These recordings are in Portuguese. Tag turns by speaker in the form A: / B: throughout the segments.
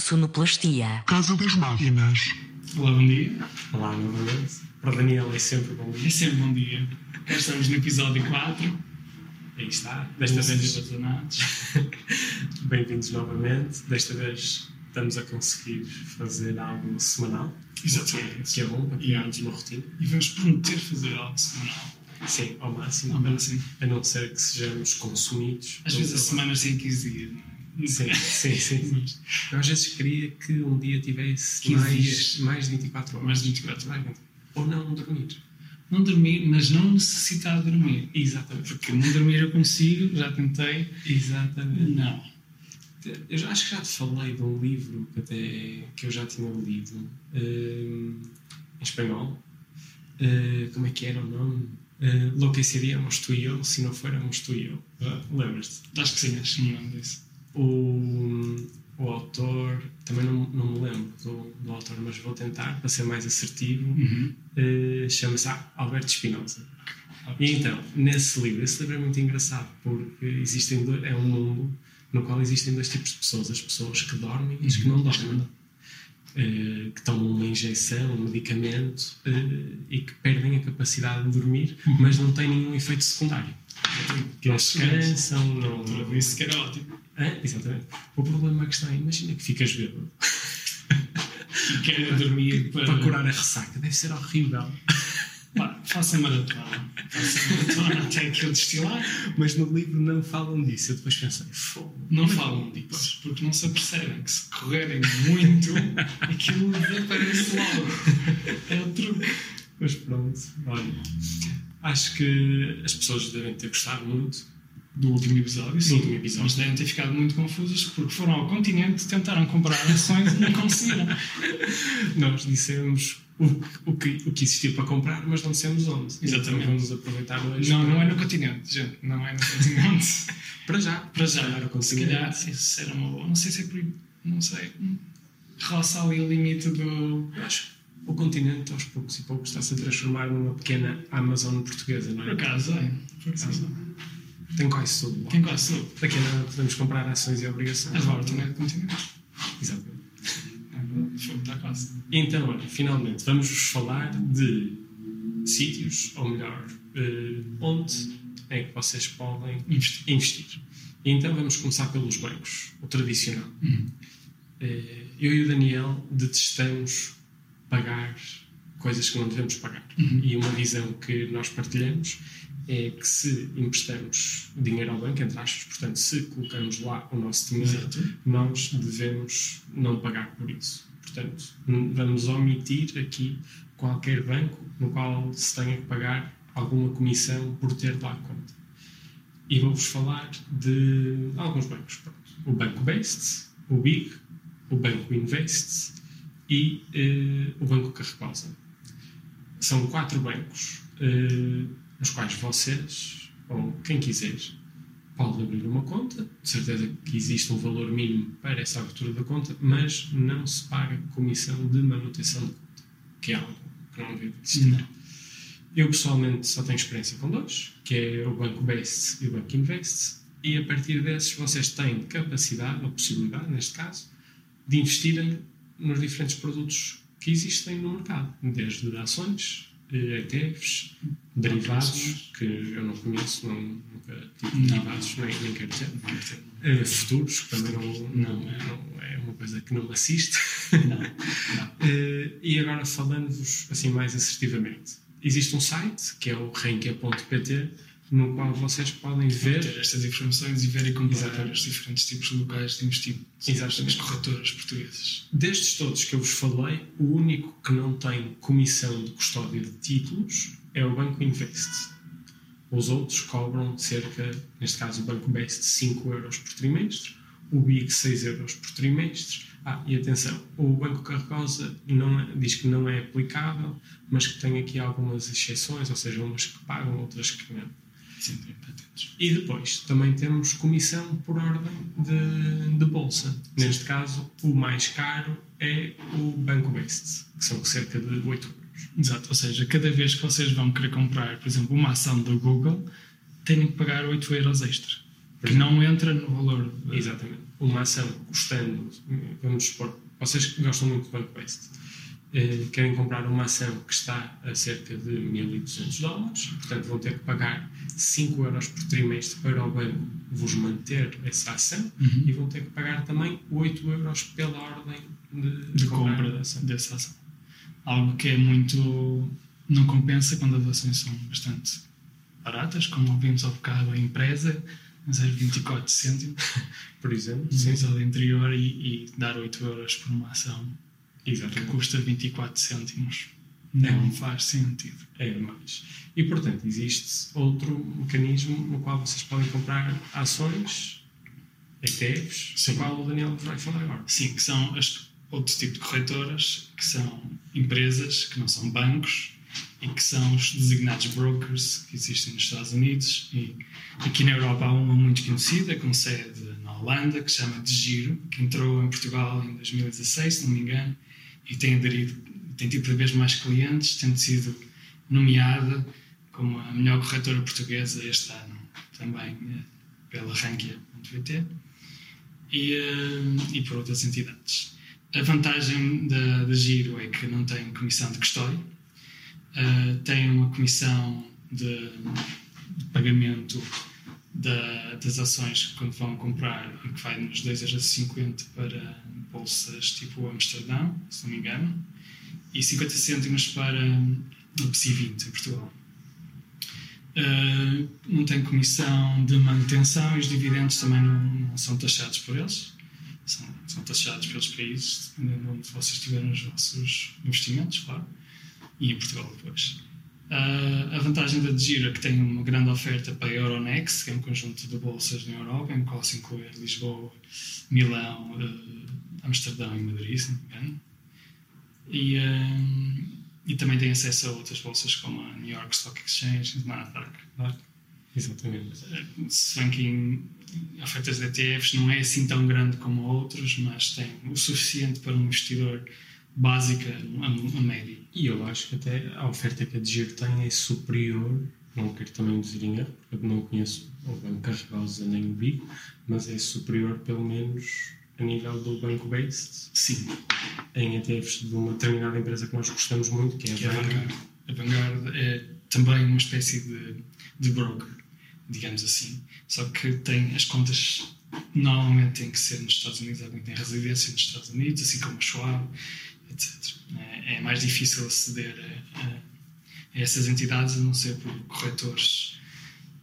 A: Sonoplastia.
B: Casa das Máquinas.
C: Olá, bom dia.
D: Olá, meu Deus. Para o Daniel é sempre bom
C: É
D: dia.
C: sempre bom dia. Cá estamos no episódio 4.
D: Aí está.
C: Desta
D: Desta
C: vez
D: vez,
C: abandonados.
D: bem-vindos novamente. Desta vez estamos a conseguir fazer algo semanal,
C: Exatamente.
D: que é bom, para
C: E-
D: criarmos uma rotina.
C: E vamos prometer fazer algo semanal.
D: Sim, ao máximo.
C: Não, mas assim,
D: A não ser que sejamos consumidos.
C: às vezes é
D: pelo
C: a
D: trabalho.
C: semana tem 15 dias, não é?
D: Sim, sim, sim. Eu às vezes queria que um dia tivesse
C: 15
D: mais,
C: dias.
D: mais 24 horas.
C: Mais 24 horas.
D: Mais 20. Ou não dormir.
C: Não dormir, mas não necessitar dormir.
D: Exatamente.
C: Porque não dormir eu consigo, já tentei.
D: Exatamente.
C: Não.
D: Eu já- acho que já te falei de um livro que, até, que eu já tinha lido hum, em espanhol. Eh, como é que era o nome? Eh, Lo que seríamos tu e eu se não fôramos tu e eu. Lembras-te?
C: Acho que sim, acho que é me lembro disso.
D: O, o autor, também não, não me lembro do, do autor, mas vou tentar para ser mais assertivo.
C: Hum.
D: Eh, Chama-se Al- Alberto Spinoza.
C: Uhum.
D: E então, nesse livro, esse livro é muito engraçado porque existem dois, é um mundo no qual existem dois tipos de pessoas: as pessoas que dormem e as
C: Uhum.
D: que não dormem, Eh, que tomam uma injeção, um medicamento eh, e que perdem a capacidade de dormir,
C: Uhum.
D: mas não têm nenhum efeito secundário. Que eles cansam, não.
C: Outra vez, que era ótimo.
D: Hã? exatamente. O problema é que está aí, imagina que ficas bêbado
C: E quero dormir para.
D: para curar a ressaca, deve ser horrível.
C: Pá, faça maratona. Faça maratona até aquele destilar.
D: Mas no livro não falam disso. Eu depois pensei, fogo.
C: Não falam depois, porque não se apercebem que se correrem muito, aquilo desaparece logo. É o truque.
D: Mas pronto, olha. Acho que as pessoas devem ter gostado muito.
C: Do último episódio, sim.
D: último episódio.
C: Mas devem ter ficado muito confusas porque foram ao continente, tentaram comprar ações e não conseguiram.
D: Nós dissemos o, que- o, que, o que existia para comprar, mas não dissemos onde.
C: Exatamente.
D: Então vamos aproveitar hoje.
C: Não,
D: para-
C: não é no continente, gente. Não é no continente.
D: Para já.
C: Para já,
D: Para o
C: se
D: é continente.
C: calhar, isso era uma boa. Não sei se é por. Não sei. hum, Roça ali o limite do.
D: Eu acho que o continente, aos poucos e poucos, está-se a transformar numa pequena Amazon portuguesa, não
C: Por
D: é?
C: acaso, é. Por acaso.
D: Tem quase tudo lá.
C: Tem quase tudo.
D: Daqui a nada podemos comprar ações e obrigações.
C: Mas vá, o torneio continente. É
D: Exatamente.
C: Fogo, está quase.
D: Então, olha, finalmente, vamos falar de sítios, ou melhor, eh, onde é que vocês podem
C: Investir.
D: investir. E então vamos começar pelos bancos, o tradicional.
C: Uhum.
D: Eh, Eu e o Daniel detestamos pagar coisas que não devemos pagar. E uma visão que nós partilhamos é que se emprestamos dinheiro ao banco, entre aspas, portanto, se colocamos lá o nosso dinheiro,
C: Exato.
D: nós devemos não pagar por isso. Portanto, n- vamos omitir aqui qualquer banco no qual se tenha que pagar alguma comissão por ter lá a conta. E vou-vos falar de alguns bancos. pronto. O Banco Best, o Big, o Banco Invest e eh, o Banco Carregosa. São quatro bancos eh, nos quais vocês, ou quem quiser, pode abrir uma conta, de certeza que existe um valor mínimo para essa abertura da conta, mas não se paga comissão de manutenção de conta, que é algo que não devia existir.
C: Não.
D: Eu pessoalmente só tenho experiência com dois, que é o Banco Best e o Banco Invest, e a partir desses vocês têm capacidade, ou possibilidade, neste caso, de investirem nos diferentes produtos que existem no mercado, desde ações, eh, ETFs, derivados, que eu não conheço, não, nunca tive
C: Não.
D: derivados, nem, nem quero ter, Eh, futuros, que também não, não, é, não é uma coisa que não me assiste.
C: Não.
D: Eh, e agora falando-vos assim mais assertivamente, existe um site que é o renkia.pt no qual vocês podem
C: Ter
D: ver
C: estas informações e ver e comparar
D: Exatamente.
C: os diferentes tipos de locais de investimento.
D: Exatamente.
C: As corretoras portuguesas.
D: destes todos que eu vos falei, o único que não tem comissão de custódia de títulos é o Banco Invest. Os outros cobram cerca, neste caso o Banco Best, 5 euros por trimestre, o BIG 6 euros por trimestre. Ah, e atenção, o Banco Carregosa não é- diz que não é aplicável, mas que tem aqui algumas exceções, ou seja, umas que pagam, outras que não.
C: Sim, tem patentes.
D: E depois também temos comissão por ordem de, de bolsa. Neste caso, o mais caro é o Banco Best, que são cerca de 8 euros.
C: Exato. Ou seja, cada vez que vocês vão querer comprar, por exemplo, uma ação da é. Google, têm que pagar 8 euros extra. Que não entra no valor. eh,
D: Exatamente. uma ação custando, vamos supor, vocês que gostam muito de Banco-Oeste, eh, querem comprar uma ação que está a cerca de 1.200 dólares, portanto vão ter que pagar 5 euros por trimestre para o banco vos manter essa ação
C: Uhum.
D: e vão ter que pagar também 8 euros pela ordem de,
C: de compra
D: da ação.
C: dessa ação. Algo que é muito. não compensa quando as ações são bastante baratas, como ouvimos há bocado a empresa, 0,24 cêntimos,
D: Por exemplo,
C: no episódio anterior, e, e dar 8 euros por uma ação que
D: exatamente.
C: custa 24 cêntimos. Não faz sentido.
D: É mais. E portanto, existe outro mecanismo no qual vocês podem comprar ações, é ETFs,
C: Sim.
D: do qual o Daniel vos vai falar agora.
C: Sim, que são as, outro tipo de corretoras, que são empresas que não são bancos e que são os designados brokers que existem nos Estados Unidos e aqui na Europa há uma muito conhecida com sede na Holanda que se chama De Giro, que entrou em Portugal em 2016, se não me engano, e tem aderido, tem tido cada vez mais clientes, tendo sido nomeada como a melhor corretora portuguesa este ano também eh, pela Rankia.pt e, eh, e por outras entidades. A vantagem da, da Giro é que não tem comissão de custódia, eh, tem uma comissão de, de pagamento da- das ações quando vão comprar, que vai nos 2,50€ para bolsas tipo Amsterdão, se não me engano, e 50 cêntimos para o PSI 20 em Portugal. Uh, não tem comissão de manutenção e os dividendos também não, não são taxados por eles. São, são taxados pelos países, dependendo de onde vocês tiverem os vossos investimentos, claro. E em Portugal depois. Uh,
D: Ah,
C: a vantagem da Giro é que tem uma grande oferta para a Euronext, que é um conjunto de bolsas na Europa, em qual se inclui Lisboa, Milão, uh,
D: eh,
C: Amsterdão e Madrid, se não me engano. E, hum, e também tem acesso a outras bolsas como a New York Stock Exchange, Nasdaq.
D: Exatamente.
C: Se bem que em ofertas de ETFs não é assim tão grande como outros, mas tem o suficiente para um investidor básica a, a médio.
D: E eu acho que até a oferta que a Digir tem é superior, não quero também dizer em erro, porque eu não conheço o Banco Carregosa nem o Bico, mas é superior pelo menos a nível do Banco Based
C: Sim,
D: em ETFs de uma determinada empresa que nós gostamos muito, que é a
C: que é a
D: Vanguard.
C: Vanguard. A Vanguard é também uma espécie de, de broker, digamos assim. Só que tem as contas normalmente têm que ser nos Estados Unidos, alguém tem residência nos Estados Unidos, assim como a Schwab, etc. É- É mais difícil aceder a, a- a essas entidades, a não ser por corretores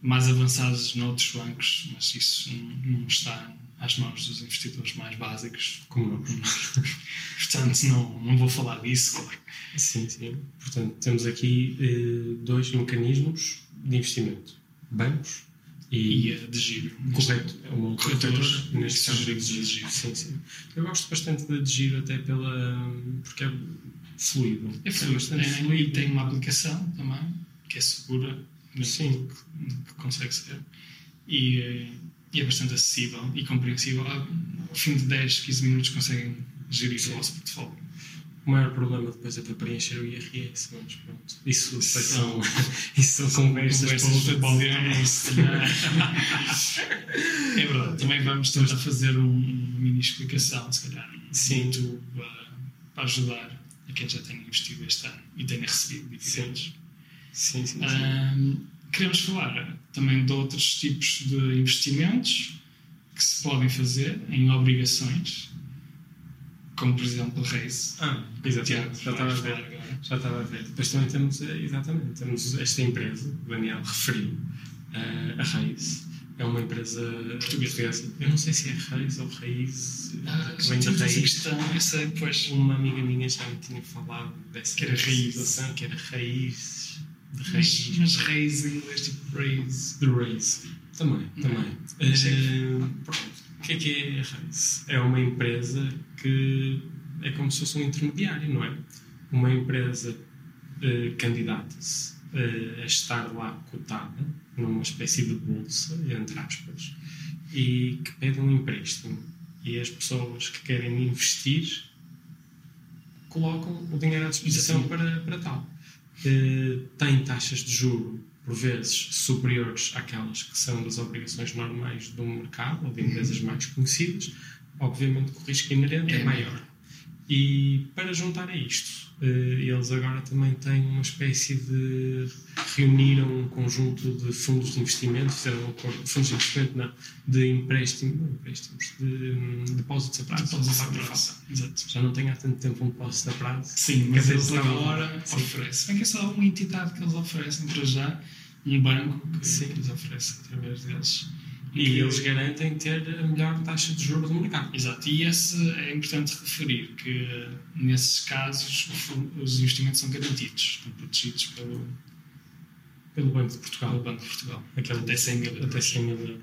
C: mais avançados noutros bancos, mas isso não não está às mãos dos investidores mais básicos.
D: como nós.
C: Portanto, não, não vou falar disso, claro.
D: Sim, sim. Portanto, temos aqui eh, dois mecanismos de investimento: bancos e,
C: E a de giro.
D: correto, é uma
C: Corretora,
D: corretora, neste caso,
C: sugerimos a Digir.
D: Sim, sim. Eu gosto bastante da Digir, até pela. porque é fluido.
C: É fluido.
D: bastante
C: É,
D: fluido.
C: E tem uma aplicação também, que é segura, né,
D: Sim.
C: que, que consegue ser. E, eh, e é bastante acessível e compreensível. Ah, Ao fim de 10, 15 minutos conseguem gerir o vosso portfólio.
D: O maior problema depois é para preencher o IRS, mas pronto. Isso depois são, isso são conversas para outra
C: É verdade. Também vamos tentar fazer um- uma mini explicação, se calhar,
D: Sim.
C: muito para, para ajudar a quem já tenha investido este ano e tenha recebido dividendos.
D: Sim, sim. sim.
C: Ahm, queremos falar também de outros tipos de investimentos que se podem fazer em obrigações, como por exemplo a Reis.
D: Ah,
C: Tiago,
D: exatamente. Já estava a
C: vais
D: ver.
C: falar agora.
D: Já estava a ver. Depois também temos, eh, exatamente, temos esta empresa, o Daniel referiu, eh, a Raiz. É uma empresa
C: Portuguesa.
D: Eu não sei se é Raiz ou Raiz, eh,
C: Ah,
D: que vem da
C: temos essa
D: Raiz.
C: questão, essa depois.
D: Uma amiga minha já me tinha falado dessa
C: Que era Raiz.
D: situação, que era Raiz. De
C: Mas,
D: Raiz.
C: mas Reis em inglês, tipo Reis.
D: The Race. Também,
C: Não
D: também.
C: é?
D: Eh,
C: Sim.
D: pronto. O que é que é a Race? É uma empresa que é como se fosse um intermediário, não é? Uma empresa eh, candidata-se eh, a estar lá cotada numa espécie de bolsa, entre aspas, e que pede um empréstimo. E as pessoas que querem investir colocam o dinheiro à disposição para, para tal. Eh, tem taxas de juro por vezes Uhum. superiores àquelas que são das obrigações normais do mercado ou de empresas mais conhecidas, obviamente que o risco inerente é,
C: É.
D: maior. E para juntar a isto, eh, eles agora também têm uma espécie de. reuniram um conjunto de fundos de investimento, fizeram um acordo, fundos de investimento, não, de empréstimo, não empréstimos, de hum, depósitos a prazo.
C: Todos a
D: depósitos a prazo.
C: prazo. Exato.
D: Já não tenho há tanto tempo um depósito a prazo.
C: Sim, mas
D: Quer dizer,
C: eles
D: não.
C: agora
D: Sim.
C: oferecem. É que é só uma entidade que eles oferecem para já, um banco que
D: Sim.
C: que lhes oferece através deles.
D: E eles garantem ter a melhor taxa de juros do mercado.
C: Exato, e esse é importante referir que eh, nesses casos o fu- os investimentos são garantidos, estão protegidos pelo,
D: Pelo Banco de
C: pelo
D: Portugal.
C: Banco de Portugal.
D: Aquela
C: Até 100 mil euros.
D: Até 100 mil euros.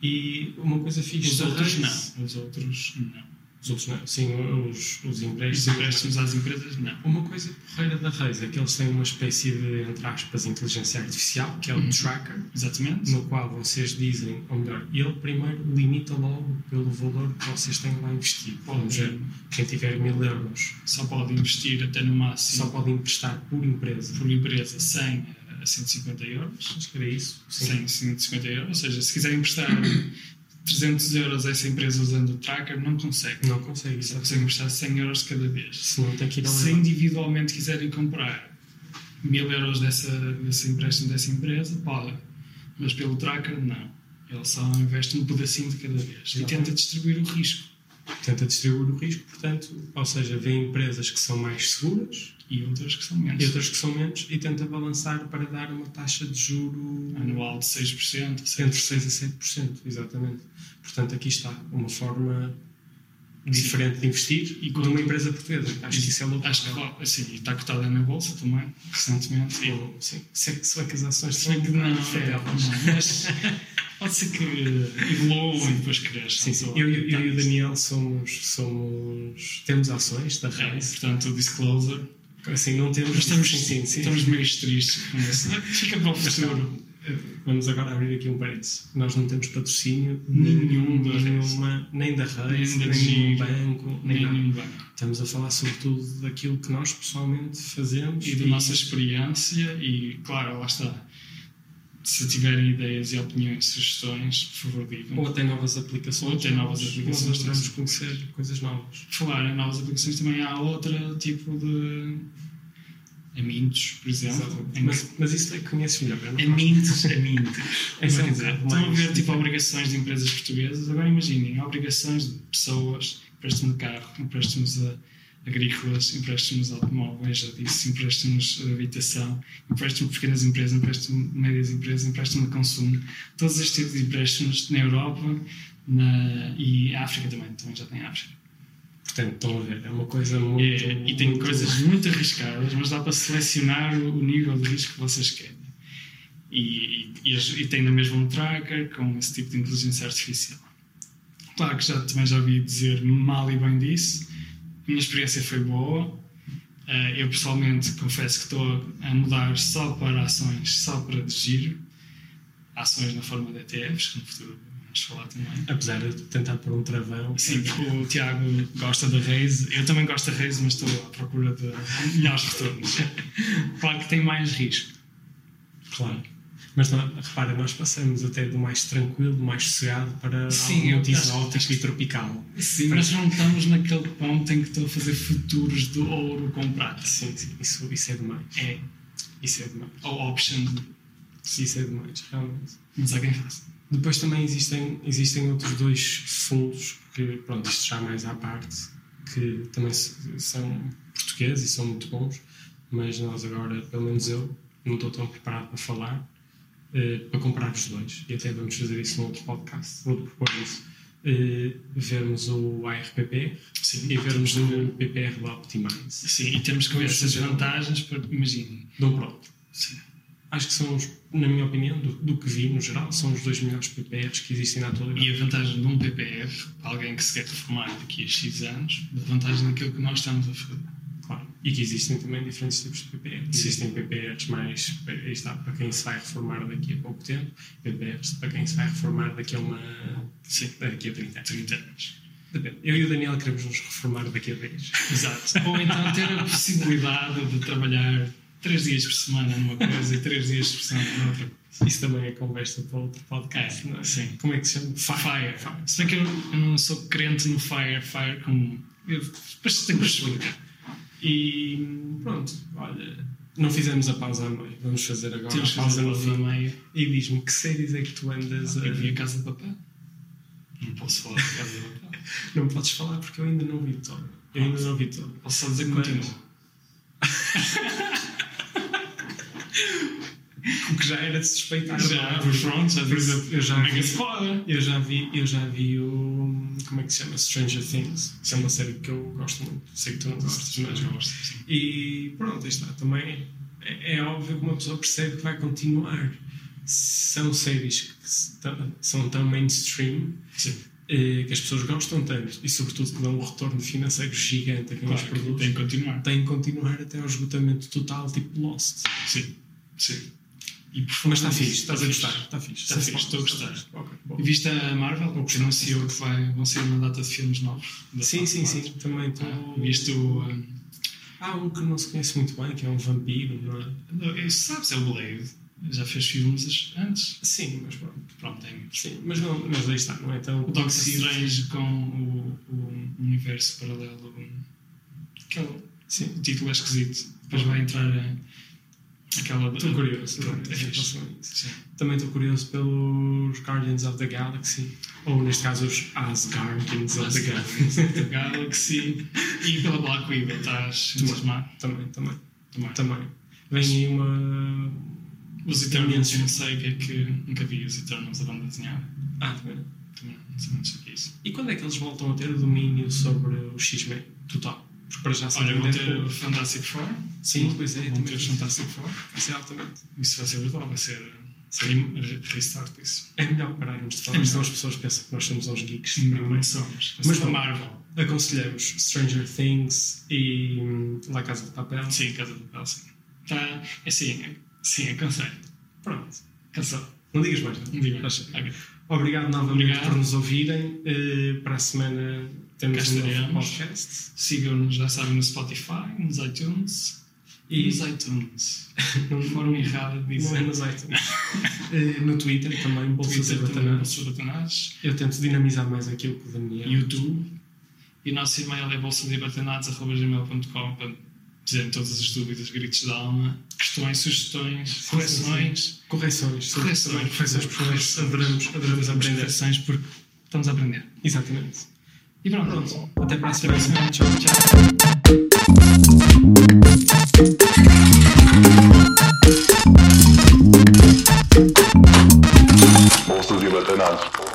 D: E uma coisa fixe
C: Os
D: da
C: outros
D: Reis-
C: não. Os outros não.
D: Os outros não. Sim, os, os empréstimos.
C: Os empréstimos às empresas não.
D: Uma coisa porreira da Reis é que eles têm uma espécie de, entre aspas, inteligência artificial, que é o
C: Uhum.
D: tracker,
C: Exatamente.
D: no qual vocês dizem, ou melhor, ele primeiro limita logo pelo valor que vocês têm lá investido. Vamos ver, quem tiver mil euros
C: Só pode investir até no máximo
D: só pode emprestar por empresa.
C: por empresa eh, 100 a 150 euros.
D: Acho que era isso. Sim.
C: 100, 150 euros. Ou seja, se quiser emprestar 300 euros a essa empresa usando o tracker, não consegue.
D: Não consegue,
C: Só
D: exato.
C: consegue emprestar 100 euros de cada vez.
D: Se não é tem que ir ao
C: se individualmente quiserem comprar mil euros dessa, desse empréstimo dessa empresa, podem. Mas pelo tracker, não. Ele só investe um pedacinho de cada vez e
D: Exatamente.
C: tenta distribuir o risco.
D: Tenta distribuir o risco, portanto, ou seja, vê empresas que são mais seguras
C: E outras que são menos.
D: e outras que são menos e tenta balançar para dar uma taxa de juro
C: Anual de 6%,
D: entre
C: 7%.
D: 6% a 7%, exatamente. Portanto, aqui está uma forma diferente de investir
C: E
D: e
C: quando-
D: de uma empresa portuguesa. Acho que isso é louco.
C: Acho que, claro, assim, e está cotada na bolsa também, recentemente. E-
D: Bom, sim. Se é que, se é que as ações
C: Se bem que não,
D: é,
C: é, não, mas pode ser que evoluam e depois cresçam.
D: Sim, sim.
C: Só-
D: Eu, e- eu e o Daniel somos, somos temos ações da
C: É,
D: Reis.
C: portanto, o disclosure.
D: Assim, não temos.
C: Mas estamos,
D: sim, sim, tá sim.
C: estamos meio tristes com isso. é? Fica para o futuro.
D: Vamos agora abrir aqui um parênteses. Nós não temos patrocínio
C: Nenhum da
D: nenhuma, nem da Reis,
C: Nem
D: nem,
C: da
D: nenhum
C: Giro,
D: banco, nem
C: Nem
D: nada.
C: é nenhum banco.
D: Estamos a falar sobretudo daquilo que nós pessoalmente fazemos
C: E da nossa experiência, e claro, lá está. Se tiverem ideias e opiniões, sugestões, por favor, digam.
D: ou até novas aplicações.
C: Ou até novas aplicações,
D: Nós adoramos
C: sim.
D: conhecer coisas novas.
C: Por falar em novas aplicações, também há outro tipo de. Amintos, por exemplo.
D: Exato. Mas, mas isso é que conheces melhor. eu não
C: Em- Amintos,
D: faço.
C: amintos.
D: Isso é um
C: Quer dizer,
D: bocado
C: Estão a
D: mais
C: ver tipo
D: difícil.
C: obrigações de empresas portuguesas. Agora imaginem, há obrigações de pessoas, empréstimos de carro, empréstimos a- agrícolas, empréstimos de automóveis, já disse, empréstimos de habitação, empréstimo de pequenas empresas, empréstimo de médias empresas, empréstimo de consumo. Todos estes tipos de empréstimos na Europa na, e África também, também já tem África.
D: Portanto, estão a ver. É uma coisa muito.
C: É, e tem
D: muito-
C: coisas muito arriscadas, mas dá para selecionar o o nível de risco que vocês querem. E, e, e as- e tem na mesma um tracker com esse tipo de inteligência artificial. Claro que já, também já ouvi dizer mal e bem disso. A minha experiência foi boa. Eh, eu pessoalmente confesso que estou a mudar só para ações, só para de giro. Ações na forma de ETFs, que no futuro vamos falar também.
D: Apesar de tentar pôr um travão.
C: Sim, porque o Tiago gosta da Raze. Eu também gosto da Raze, mas estou à procura de melhores retornos. Claro que tem mais risco.
D: Claro. Mas não, repara, nós passamos até do mais tranquilo, do mais sossegado para
C: Sim,
D: algo
C: eu
D: muito
C: acho- acho
D: exótico
C: que-
D: e tropical.
C: Sim, mas não estamos naquele ponto em que estou a fazer futuros de ouro com prata.
D: Sim, sim, isso, isso é demais.
C: É,
D: Isso é demais.
C: ou option,
D: Isso é demais, realmente.
C: mas há quem faça.
D: Depois também existem, existem outros dois fundos, que, pronto, isto já mais à parte, que também s- são portugueses e são muito bons, mas nós agora, pelo menos eu, não estou tão preparado para falar, eh, para comparar os dois, e até vamos fazer isso num outro podcast, vou propor isso. Eh, vermos o ARPP
C: Sim,
D: e vermos o PPR da Optimize,
C: Sim, e temos que ver
D: Vamos
C: essas
D: fazer um-
C: vantagens, para- imaginem.
D: de um para o outro.
C: Sim.
D: Acho que são, os, na minha opinião, do, do que vi no geral, são os dois melhores PPRs que existem na atualidade.
C: E a vantagem de um PPR, para alguém que se quer reformar daqui a X anos, a vantagem daquilo que nós estamos a fazer.
D: Claro. E que existem também diferentes tipos de PPRs. Existem PPRs mais aí está, para quem se vai reformar daqui a pouco tempo, PPRs para quem se vai reformar daqui a uma.
C: Sim,
D: daqui a 30 anos.
C: 30 anos.
D: Depende. Eu e o Daniel queremos nos reformar daqui a 10.
C: Exato. Ou então ter a possibilidade de trabalhar três dias por semana numa coisa e três dias por semana noutra.
D: Isso também é conversa para outro podcast,
C: É,
D: não é?
C: sim.
D: Como é que se chama?
C: Fire. Se bem que eu, eu não sou crente no Fire, Fire como. Eu, depois tenho que explicar.
D: E pronto, olha, não fizemos a pausa à meio. Vamos fazer agora
C: Temos que
D: a pausa
C: fazer
D: no
C: uma
D: fim.
C: meia.
D: E diz-me que séries é que tu andas a.
C: Eu vi a Casa de Papel. Não posso falar de Casa de Papel.
D: Não podes falar porque eu ainda não vi toda. Eu ainda não vi toda.
C: Posso só dizer que
D: Mas-
C: continua.
D: O que já era de suspeitar.
C: Já,
D: não é?
C: pronto, já
D: Por
C: disse.
D: exemplo, eu já
C: Mega
D: vi.
C: spoiler.
D: Eu já vi, eu já vi o. Como é que se chama? Stranger Things. Isso é uma série que eu gosto muito. Sei que tu não gostas, mas eu gosto. é.
C: sim.
D: E pronto, aí está. Também é, é óbvio que uma pessoa percebe que vai continuar. São séries que se tão- são tão mainstream
C: Sim,
D: eh, que as pessoas gostam tanto e, sobretudo, que dão um retorno financeiro gigante a quem os
C: claro que
D: produz.
C: tem que continuar.
D: Tem que continuar até ao esgotamento total, tipo Lost.
C: Sim, sim. E por
D: Mas está
C: favor,
D: fixe, estás a
C: fixe.
D: gostar. Está fixe,
C: Está
D: Sem
C: fixe, estou a
D: spoilers,
C: gostar.
D: está fixe. Ok, bom.
C: E Viste a Marvel, que anunciou é que vai, vão sair uma data de filmes novos. da
D: Sim,
C: fase
D: sim,
C: quatro.
D: sim. Também estou.
C: Ah, Viste o. ah,
D: Há um que não se conhece muito bem, que é um vampiro, não é?
C: não, eh, sabes, é o Blade. Já fez filmes antes.
D: Sim, mas pronto.
C: Pronto, tem.
D: Sim, mas, não, mas aí está, não é tão.
C: O Doctor Strange com o, o universo paralelo. Aquele
D: Sim.
C: título é esquisito. Depois vai entrar a- aquela.
D: Estou curioso.
C: Pronto, é
D: em
C: fixe.
D: relação a isso.
C: Sim.
D: Também estou curioso pelos Guardians of the Galaxy, ou neste caso os Asgardians of the
C: Guardians
D: Galaxy.
C: of the Galaxy e pela Black Widow estás entusiasmado
D: também, também,
C: também.
D: também. Vem aí uma.
C: Os Eternals, eu não sei o que é que nunca vi os Eternals da banda desenhada.
D: Ah, também.
C: Também não sei muito sobre isso.
D: E quando é que eles voltam a ter o domínio sobre o X-Men? Total. Porque para já só
C: Olha,
D: tem
C: vão ter
D: Deadpool.
C: o Fantastic Four.
D: Sim, pois é.
C: Vão ter
D: também.
C: os Fantastic Four.
D: Isso é altamente.
C: Isso vai ser brutal, vai ser re- re- restart isso.
D: É melhor pararmos de
C: É
D: falar, é
C: melhor.
D: senão as pessoas pensam que nós somos uns geeks.
C: Não é? somos. Mas
D: bom.
C: para Marvel.
D: Aconselhamos Stranger Things e hum, La Casa de Papel.
C: Sim, Casa do Papel, sim. Tá, é sim, é, sim, é cancelado.
D: Pronto.
C: Cancelado.
D: Não digas mais.
C: Não digo
D: Já
C: mais.
D: chega.
C: Ok.
D: Obrigado novamente
C: Obrigado.
D: por nos ouvirem. Eh, para a semana
C: Cá
D: temos um novo
C: estaremos.
D: podcast.
C: Sigam-nos, já sabem, no Spotify, nos iTunes. E nos iTunes.
D: Não-
C: De forma errada de
D: Não é
C: dizer.
D: nos iTunes. Eh, no Twitter também, Bolsas e
C: Twitter também,
D: Batanás.
C: Bolsas Batanás.
D: Eu tento dinamizar mais aquilo que o Daniel.
C: YouTube. E o nosso e-mail é bolsadebatonados.gmail.com para dizerem todas as dúvidas, gritos da alma, questões, sugestões, correções.
D: Correções.
C: Correções.
D: Correções. Correções. Adoramos, adoramos aprender.
C: Correções, porque estamos a aprender.
D: Exatamente.
C: E pronto.
D: Pronto. Até para a
C: Até para a
D: semana.
C: semana.
D: Tchau, tchau.
B: Bolsas e batanados.